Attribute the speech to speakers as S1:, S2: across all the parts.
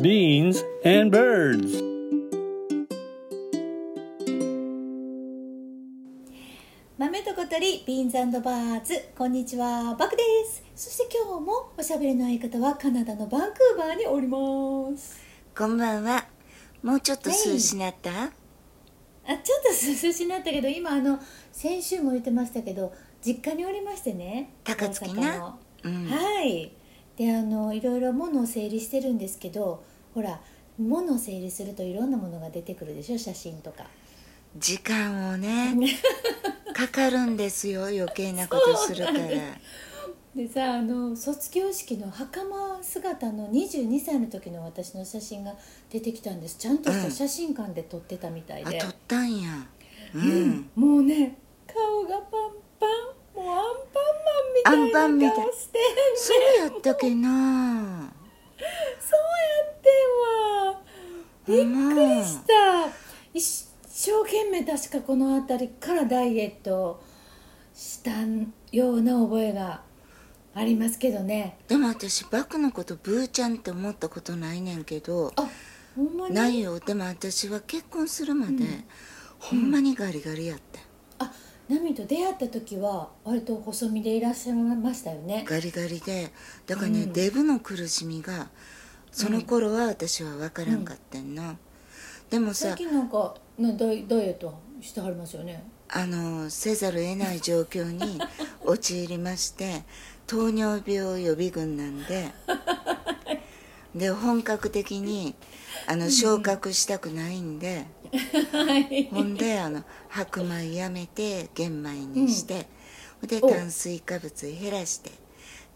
S1: Beans and Birds
S2: 豆と小鳥ビーンズバーズこんにちはバクですそして今日もおしゃべりの相方はカナダのバンクーバーにおります
S3: こんばんは。もうちょっと涼しなった、
S2: あちょっと涼しになったけど今あの先週も言ってましたけど実家におりましてね
S3: 高槻
S2: 大阪
S3: な
S2: の
S3: うん。
S2: はいであのいろいろ物を整理してるんですけどほら物を整理するといろんなものが出てくるでしょ写真とか
S3: 時間をね、 かかるんですよ、余計なことするから。
S2: でさあの卒業式の袴姿の22歳の時の私の写真が出てきたんですちゃんとした写真館で撮ってたみたい
S3: あ、
S2: で、
S3: 撮ったんや。うん。
S2: もうね顔がパンパンもうアンパンマンみたいな顔して
S3: そうやったけな。
S2: そうやってんわびっくりした一生懸命確かこの辺りからダイエットしたような覚えがありますけどね
S3: でも私、バクのことブーちゃんって思ったことないねんけど、
S2: あほんまに
S3: ないよ。でも私は結婚するまで、ほんまにガリガリやった。
S2: あナミと出会った時は割と細身でいらっしゃいましたよね
S3: ガリガリでだからね、
S2: うん
S3: デブの苦しみがその頃は私は分からんかってんな、でも
S2: 最
S3: さ
S2: 近なんかのダイダイエットしてはりますよね
S3: あのせざるを得ない状況 に陥りまして糖尿病予備軍なんでで本格的にあの昇格したくないんで、
S2: はい
S3: ほんであの白米やめて玄米にして、ほんで
S2: お
S3: 炭水化物減らして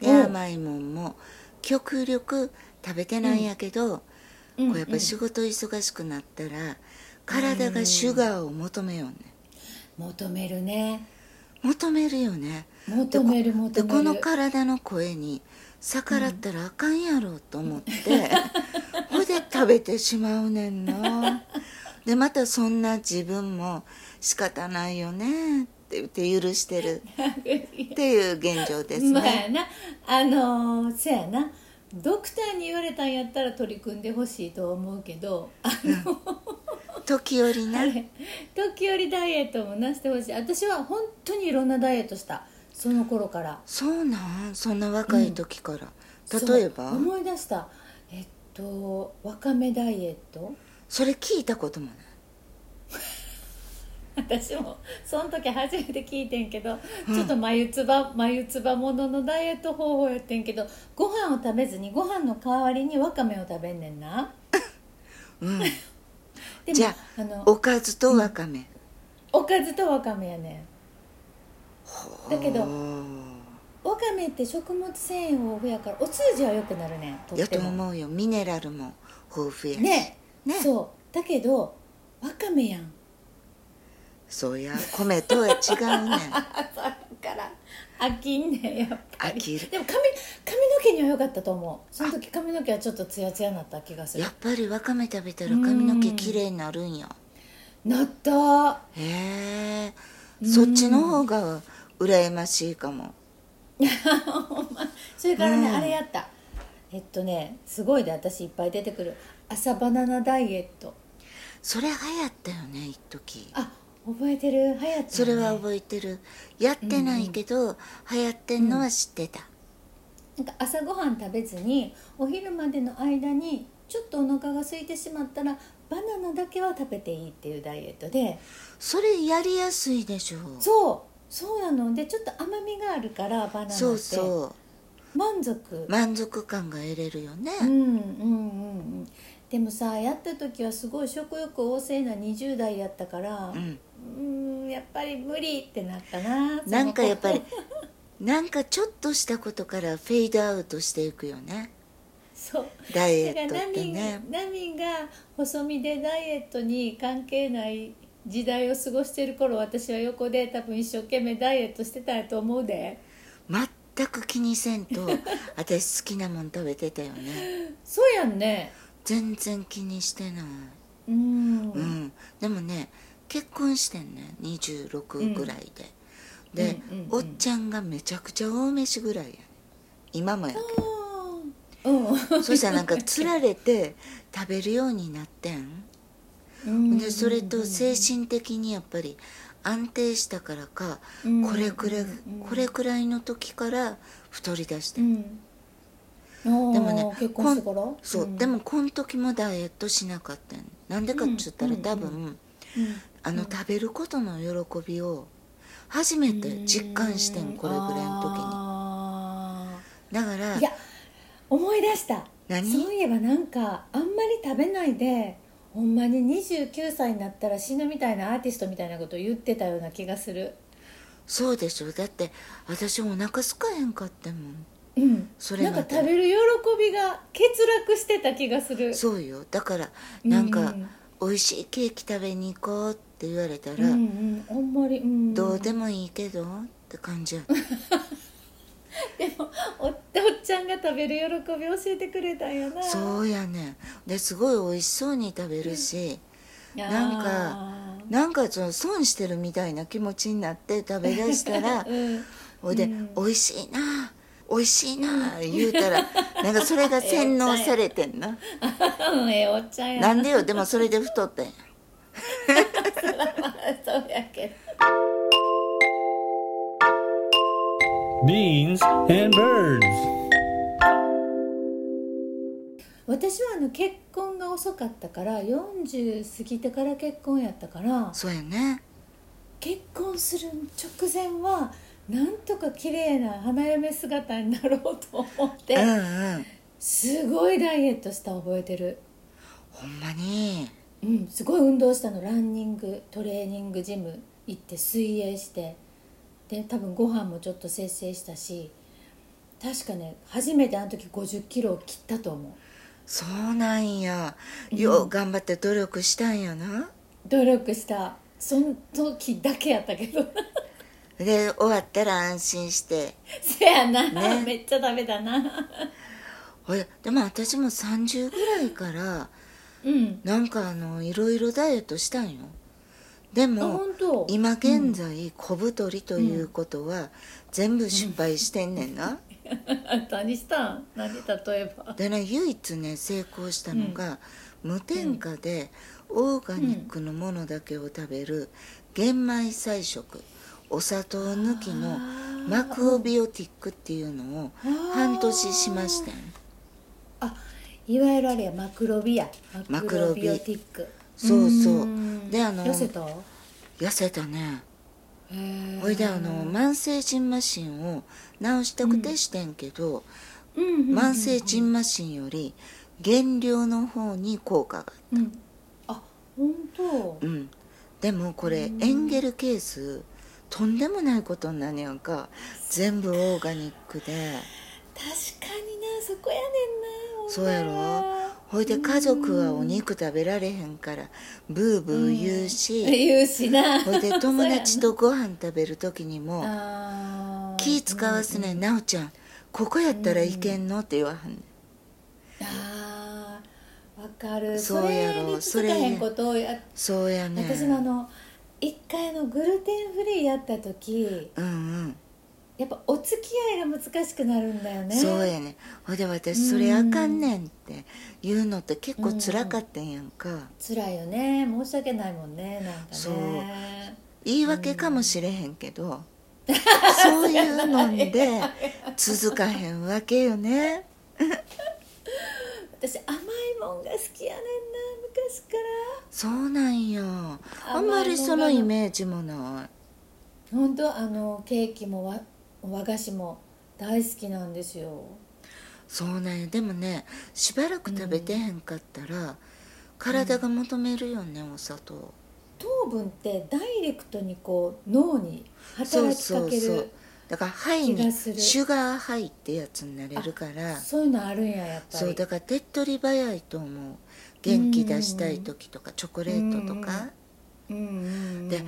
S3: で
S2: お
S3: 甘いもんも極力食べてないんやけど、こうやっぱ仕事忙しくなったら体がシュガーを求めようね
S2: 求めるね
S3: 求めるよねで
S2: 求める求める
S3: でこの 体の声に逆らったらあかんやろうと思って、ほんで食べてしまうねんなでまたそんな自分も仕方ないよねって言って許してるっていう現状です
S2: まあや
S3: ね、
S2: なあのーせやなドクターに言われたんやったら取り組んでほしいと思うけどあの、
S3: 時折な
S2: あれ時折ダイエットもなしてほしい私は本当にいろんなダイエットしたその頃から
S3: そうなんそんな若い時から、
S2: そう
S3: 例えば
S2: 思い出したえっとわかめダイエット
S3: それ聞いたこともない
S2: 私もその時初めて聞いてんけど、ちょっと眉つば眉つばもののダイエット方法やってんけどご飯を食べずにご飯の代わりにわかめを食べんねんな、 でも
S3: じゃ
S2: あの
S3: おかずとわかめ、
S2: おかずとわかめやねんだけどわかめって食物繊維豊富やからお通じは良くなるねんと
S3: や
S2: っ
S3: と
S2: ても
S3: 思うよミネラルも豊富やし
S2: ね
S3: ね
S2: そうだけど わかめやん
S3: そうや米とは違うね ん
S2: あそうだから飽きんねんやっぱり
S3: 飽きる
S2: でも髪髪の毛には良かったと思うその時髪の毛はちょっとツヤツヤになった気がする
S3: やっぱりわかめ食べたら髪の毛きれいになるんや
S2: なった
S3: へえそっちの方が羨ましいかも
S2: それからね、
S3: うん
S2: あれやったえっとねすごいで私いっぱい出てくる朝バナナダイエット
S3: それ流行ったよね一時
S2: あ覚えてるはやった、ね、
S3: それは覚えてるやってないけど流行ってんのは知ってた
S2: なんか朝ごはん食べずにお昼までの間にちょっとお腹が空いてしまったらバナナだけは食べていいっていうダイエットで
S3: それやりやすいでしょ
S2: そうそうなのでちょっと甘みがあるからバナナって
S3: そうそ
S2: 満足
S3: う満足感が得れるよね
S2: うんうんうんうんでもさやった時はすごい食欲旺盛な20代やったからう
S3: うん
S2: ーんやっぱり無理ってなったな
S3: なんかやっぱり
S2: その
S3: なんかちょっとしたことからフェードアウトしていくよね
S2: そう
S3: ダイ
S2: だ
S3: エ
S2: か
S3: ット
S2: らナ
S3: って
S2: ミン
S3: ね
S2: ナミンが細身でダイエットに関係ない時代を過ごしてる頃私は横で多分一生懸命ダイエットしてたと思うで
S3: 全く気にせ んと私好きなもん食べてたよね
S2: そうやんね
S3: 全然気にしてない、
S2: うん
S3: うんでもね結婚してんね26ぐらいで、で、
S2: うんうんうん
S3: おっちゃんがめちゃくちゃ大飯ぐらいやね今もやけど
S2: あーうん
S3: そしたらなんかつられて食べるようになってん
S2: うん
S3: でそれと精神的にやっぱり安定したからか
S2: うん
S3: これくらい
S2: うん
S3: これくらいの時から太りだして
S2: うんんおー
S3: でもね
S2: 結婚してから
S3: そう、
S2: ん
S3: でもこの時もダイエットしなかったんなんでかっつったら
S2: うん
S3: 多分、
S2: うん
S3: あの食べることの喜びを初めて実感してんこれぐらいの時に
S2: あ
S3: だか
S2: ー
S3: ら
S2: いや思い出した
S3: 何
S2: そういえばなんかあんまり食べないでほんまに29歳になったら死ぬみたいなアーティストみたいなこと言ってたような気がする
S3: そうでしょだって私お腹すかへんかってんもん
S2: うん
S3: それ
S2: な
S3: ま
S2: ん
S3: で
S2: か食べる喜びが欠落してた気がする
S3: そうよだから
S2: うん
S3: なんか美味しいケーキ食べに行こうって言われた
S2: うん
S3: ら、
S2: うんあんまりうん
S3: どうでもいいけどって感じやった
S2: おおっちゃんが食べる喜び教えてくれたんやな
S3: そうやねんですごい美味しそうに食べるし、
S2: いやー
S3: なんかなんかその損してるみたいな気持ちになって食べだし たら
S2: うん
S3: ほいで、
S2: うん
S3: 美味しいな美味しいな言う たらなんかそれが洗脳されてんな
S2: うんええおっちゃんや
S3: なんでよでもそれで太ったんや
S2: そうやけど
S1: Beans and birds.
S2: 私はあの結婚が遅かったから40過ぎてから結婚やったから
S3: そうやね
S2: 結婚する直前はなんとか綺麗な花嫁姿になろうと思って、
S3: うんうん
S2: すごいダイエットした覚えてる
S3: ほんまに
S2: うんすごい運動したのランニングトレーニングジム行って水泳してで多分ご飯もちょっと節制したし確かね初めてあの時5 0キロを切ったと思う
S3: そうなんやよう頑張って努力したんやな、
S2: 努力したその時だけやったけど
S3: で終わったら安心して
S2: せやな、
S3: ね
S2: めっちゃダメだな
S3: ほいでも私も30ぐらいから
S2: うん
S3: なんかあのいろいろダイエットしたんよで
S2: あ
S3: も
S2: 本当
S3: 今現在小太りということは全部失敗してんねんな、
S2: 何したん何例えば
S3: でね唯一ね成功したのが、無添加でオーガニックのものだけを食べる玄米菜食お砂糖抜きのマクオビオティックっていうのを
S2: ー
S3: 半年しましたん
S2: あいわゆるあれやマクロビやマ
S3: マ
S2: ク
S3: ク
S2: ロ
S3: ロ
S2: ビ
S3: ビ
S2: オティック
S3: そうそうんであの
S2: 痩せた
S3: 痩せたね
S2: へー
S3: ほいであの慢性ジンマシンを治したくてしてんけど、
S2: うんうんうん
S3: 慢性ジンマシンより減量の方に効果が
S2: うんあ本当
S3: うんでもこれエンゲル係数とんでもないことになるやんか全部オーガニックで
S2: 確かになそこやねんな
S3: そうや
S2: ほんま
S3: ろほいで家族はお肉食べられへんからブーブー言うし、
S2: 言うしな
S3: ほいで友達とご飯食べる時にも
S2: あー
S3: 気使わすねん「奈緒ちゃんここやったらいけんの?」って言わはんねん
S2: あーわかるそ
S3: そうや
S2: れに
S3: ろ
S2: 気づかへんことをや
S3: そうやねん
S2: 私もあの一回あのグルテンフリーやった時
S3: うんうん
S2: やっぱお付き合いが難しくなるんだよね
S3: そうやねんほいで私それあかんねんって言うのって結構辛かったんやんか、
S2: 辛いよね申し訳ないもんねなんかね
S3: そう言い訳かもしれへんけど、そういうの んで続かへんわけよね
S2: 私甘いもんが好きやねんな昔から
S3: そうなんよあんまりそのイメージもな
S2: 本当あのケーキもわ和菓子も大好きなんですよ
S3: いそうなんよでもねしばらく食べてへんかったら、体が求めるよねお砂糖
S2: 糖分ってダイレクトにこう脳に
S3: そう
S2: 働き
S3: そ
S2: か
S3: う
S2: けるそう
S3: そうだから肺
S2: 気が
S3: に
S2: する
S3: シュガーハイってやつになれるから
S2: いうのあるんややっぱり
S3: そうだから手っ取り早いと思う元気出したい時とかチョコレートとか、
S2: うんうんうん
S3: で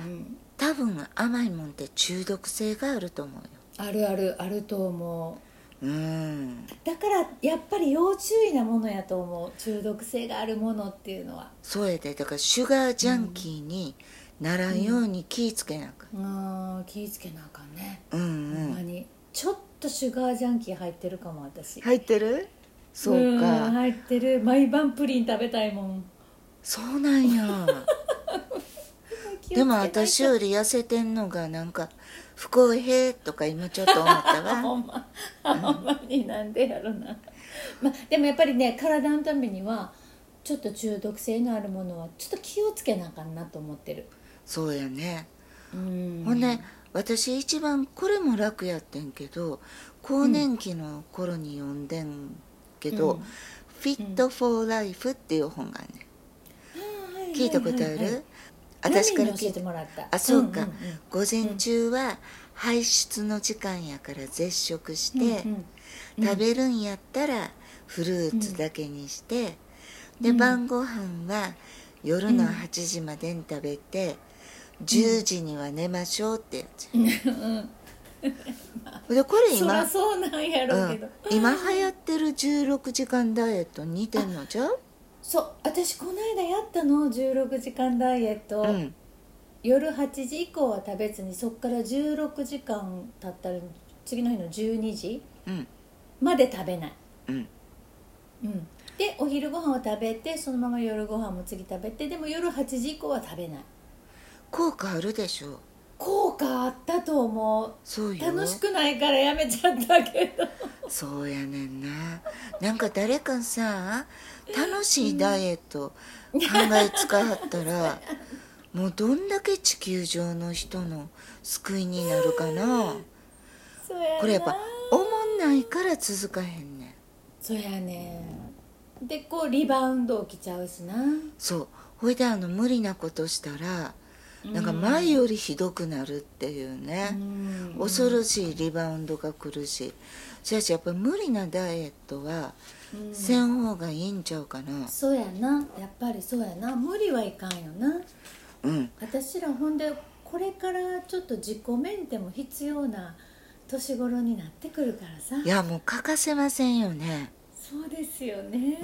S3: 多分甘いもんって中毒性があると思うよ
S2: あるあるあると思う
S3: うん
S2: だからやっぱり要注意なものやと思う中毒性があるものっていうのは
S3: そうやでだからシュガージャンキーにならんように気ぃつけなあかん
S2: うん気ぃつけなあかんね
S3: うん
S2: ほん
S3: う
S2: ま
S3: ん
S2: にちょっとシュガージャンキー入ってるかも私、
S3: 入ってるそうか、
S2: ん入ってる毎晩プリン食べたいもん
S3: そうなん やでも私
S2: は
S3: より痩せてんのがなんか不公平とか今ちょっと思った
S2: ほ
S3: わ
S2: んまほんまになんでやろな、まあ、でもやっぱりね体のためにはちょっと中毒性のあるものはちょっと気をつけなあかんなと思ってる
S3: そうやね、
S2: うん
S3: ほんで私一番これも楽やってんけど更年期の頃に読んでんけど「
S2: うん
S3: Fit for Life」っていう本がね聞いたことある、
S2: 私
S3: 私
S2: か
S3: からら
S2: 教
S3: 聞
S2: え
S3: い
S2: て
S3: た
S2: もらった
S3: あそうか、
S2: んんん
S3: 午前中は排出の時間やから絶食し
S2: う
S3: て、
S2: んうん
S3: 食べるんやったらフルーツだけにして、で晩ご飯は夜の8時までに食べて、10時には寝ましょうってやつ、でこれ
S2: そら
S3: 今、
S2: そうなんやろうけど、
S3: うん今流行ってる16時間ダイエットに似てんのじゃう
S2: そう私この間やったの16時間ダイエット、
S3: うん
S2: 夜8時以降は食べずにそっから16時間経ったら次の日の12時
S3: うん
S2: まで食べない、
S3: うん
S2: うん、でお昼ご飯を食べてそのまま夜ご飯も次食べてでも夜8時以降は食べない
S3: 効果あるでしょ
S2: 効果あったと思う
S3: そうよ
S2: 楽しくないからやめちゃったけど
S3: そうやねんななんか誰かさ楽しいダイエット考えつかはったらもうどんだけ地球上の人の救いになるかな
S2: そうやな
S3: これやっぱおもんないから続かへんねん
S2: そうやねでこうリバウンド起きちゃうしな
S3: そうほいであの無理なことしたらなんか前よりひどくなるっていうね
S2: ん
S3: 恐ろしいリバウンドが来るしそやしやっぱ無理なダイエットは
S2: うん
S3: せん方がいいんちゃうかな
S2: そうやなやっぱりそうやな無理はいかんよな
S3: うん
S2: 私らほんでこれからちょっと自己メンテも必要な年頃になってくるからさ
S3: いやもう欠かせませんよね
S2: そうですよね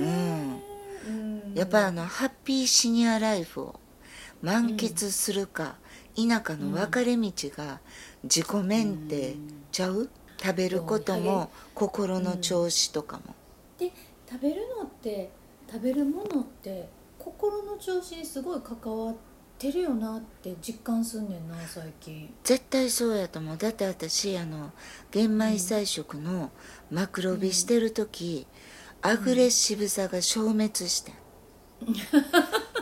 S2: うん
S3: やっぱりあのハッピーシニアライフを満喫するか否かの分かれ道が自己免停ちゃう食べることも心の調子とかも
S2: で食べるのって食べるものって心の調子にすごい関わってるよなって実感すんねんな最近
S3: 絶対そうやと思うだって私あの玄米菜食のマクロビしてる時アグレッシブさが消滅してん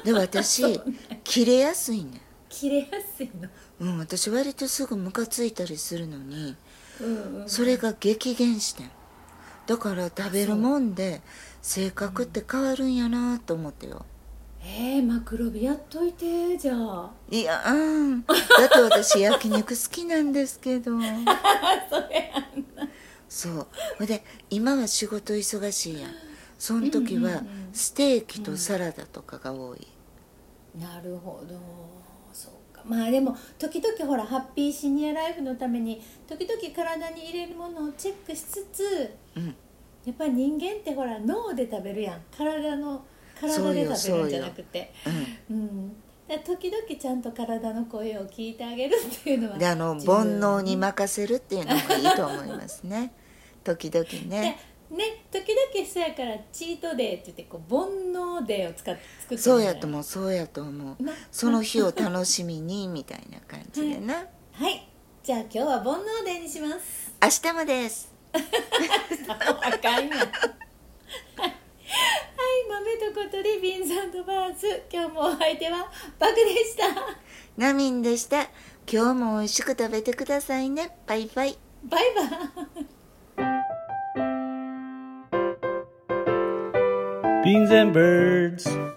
S3: で私切れやすいねん
S2: 切れやすいの
S3: うん、私割とすぐムカついたりするのに
S2: うんうん
S3: それが激減してんだから食べるもんで性格って変わるんやなと思ってよ
S2: えー、マクロビやっといてじゃあ
S3: いやうんだって私焼肉好きなんですけ どそうほんで今は仕事忙しいやんその時
S2: うんう
S3: は
S2: んうん
S3: ステーキとサラダとかが多い
S2: なるほどそうかまあでも時々ほらハッピーシニアライフのために時々体に入れるものをチェックしつつ
S3: うん
S2: やっぱり人間ってほら脳で食べるやん体の体で食べるんじゃなくて
S3: うん
S2: うんだから時々ちゃんと体の声を聞いてあげるっていうのは
S3: であの煩
S2: 自分
S3: 悩に任せるっていうのもいいと思いますね時々ね
S2: でね時々そやからチートデーって言ってこう煩悩デーを使っ作って
S3: そうやと
S2: も
S3: 思うそうやと思う
S2: な
S3: その日を楽しみにみたいな感じでな
S2: はいじゃあ今日は煩悩デーにします
S3: 明日もです
S2: あかんやんはい豆と小鳥ビンサンドバーズ今日もお相手はバクでした
S3: ナミンでした今日も美味しく食べてくださいねバイバイ
S2: バイバイ
S1: Beans and birds.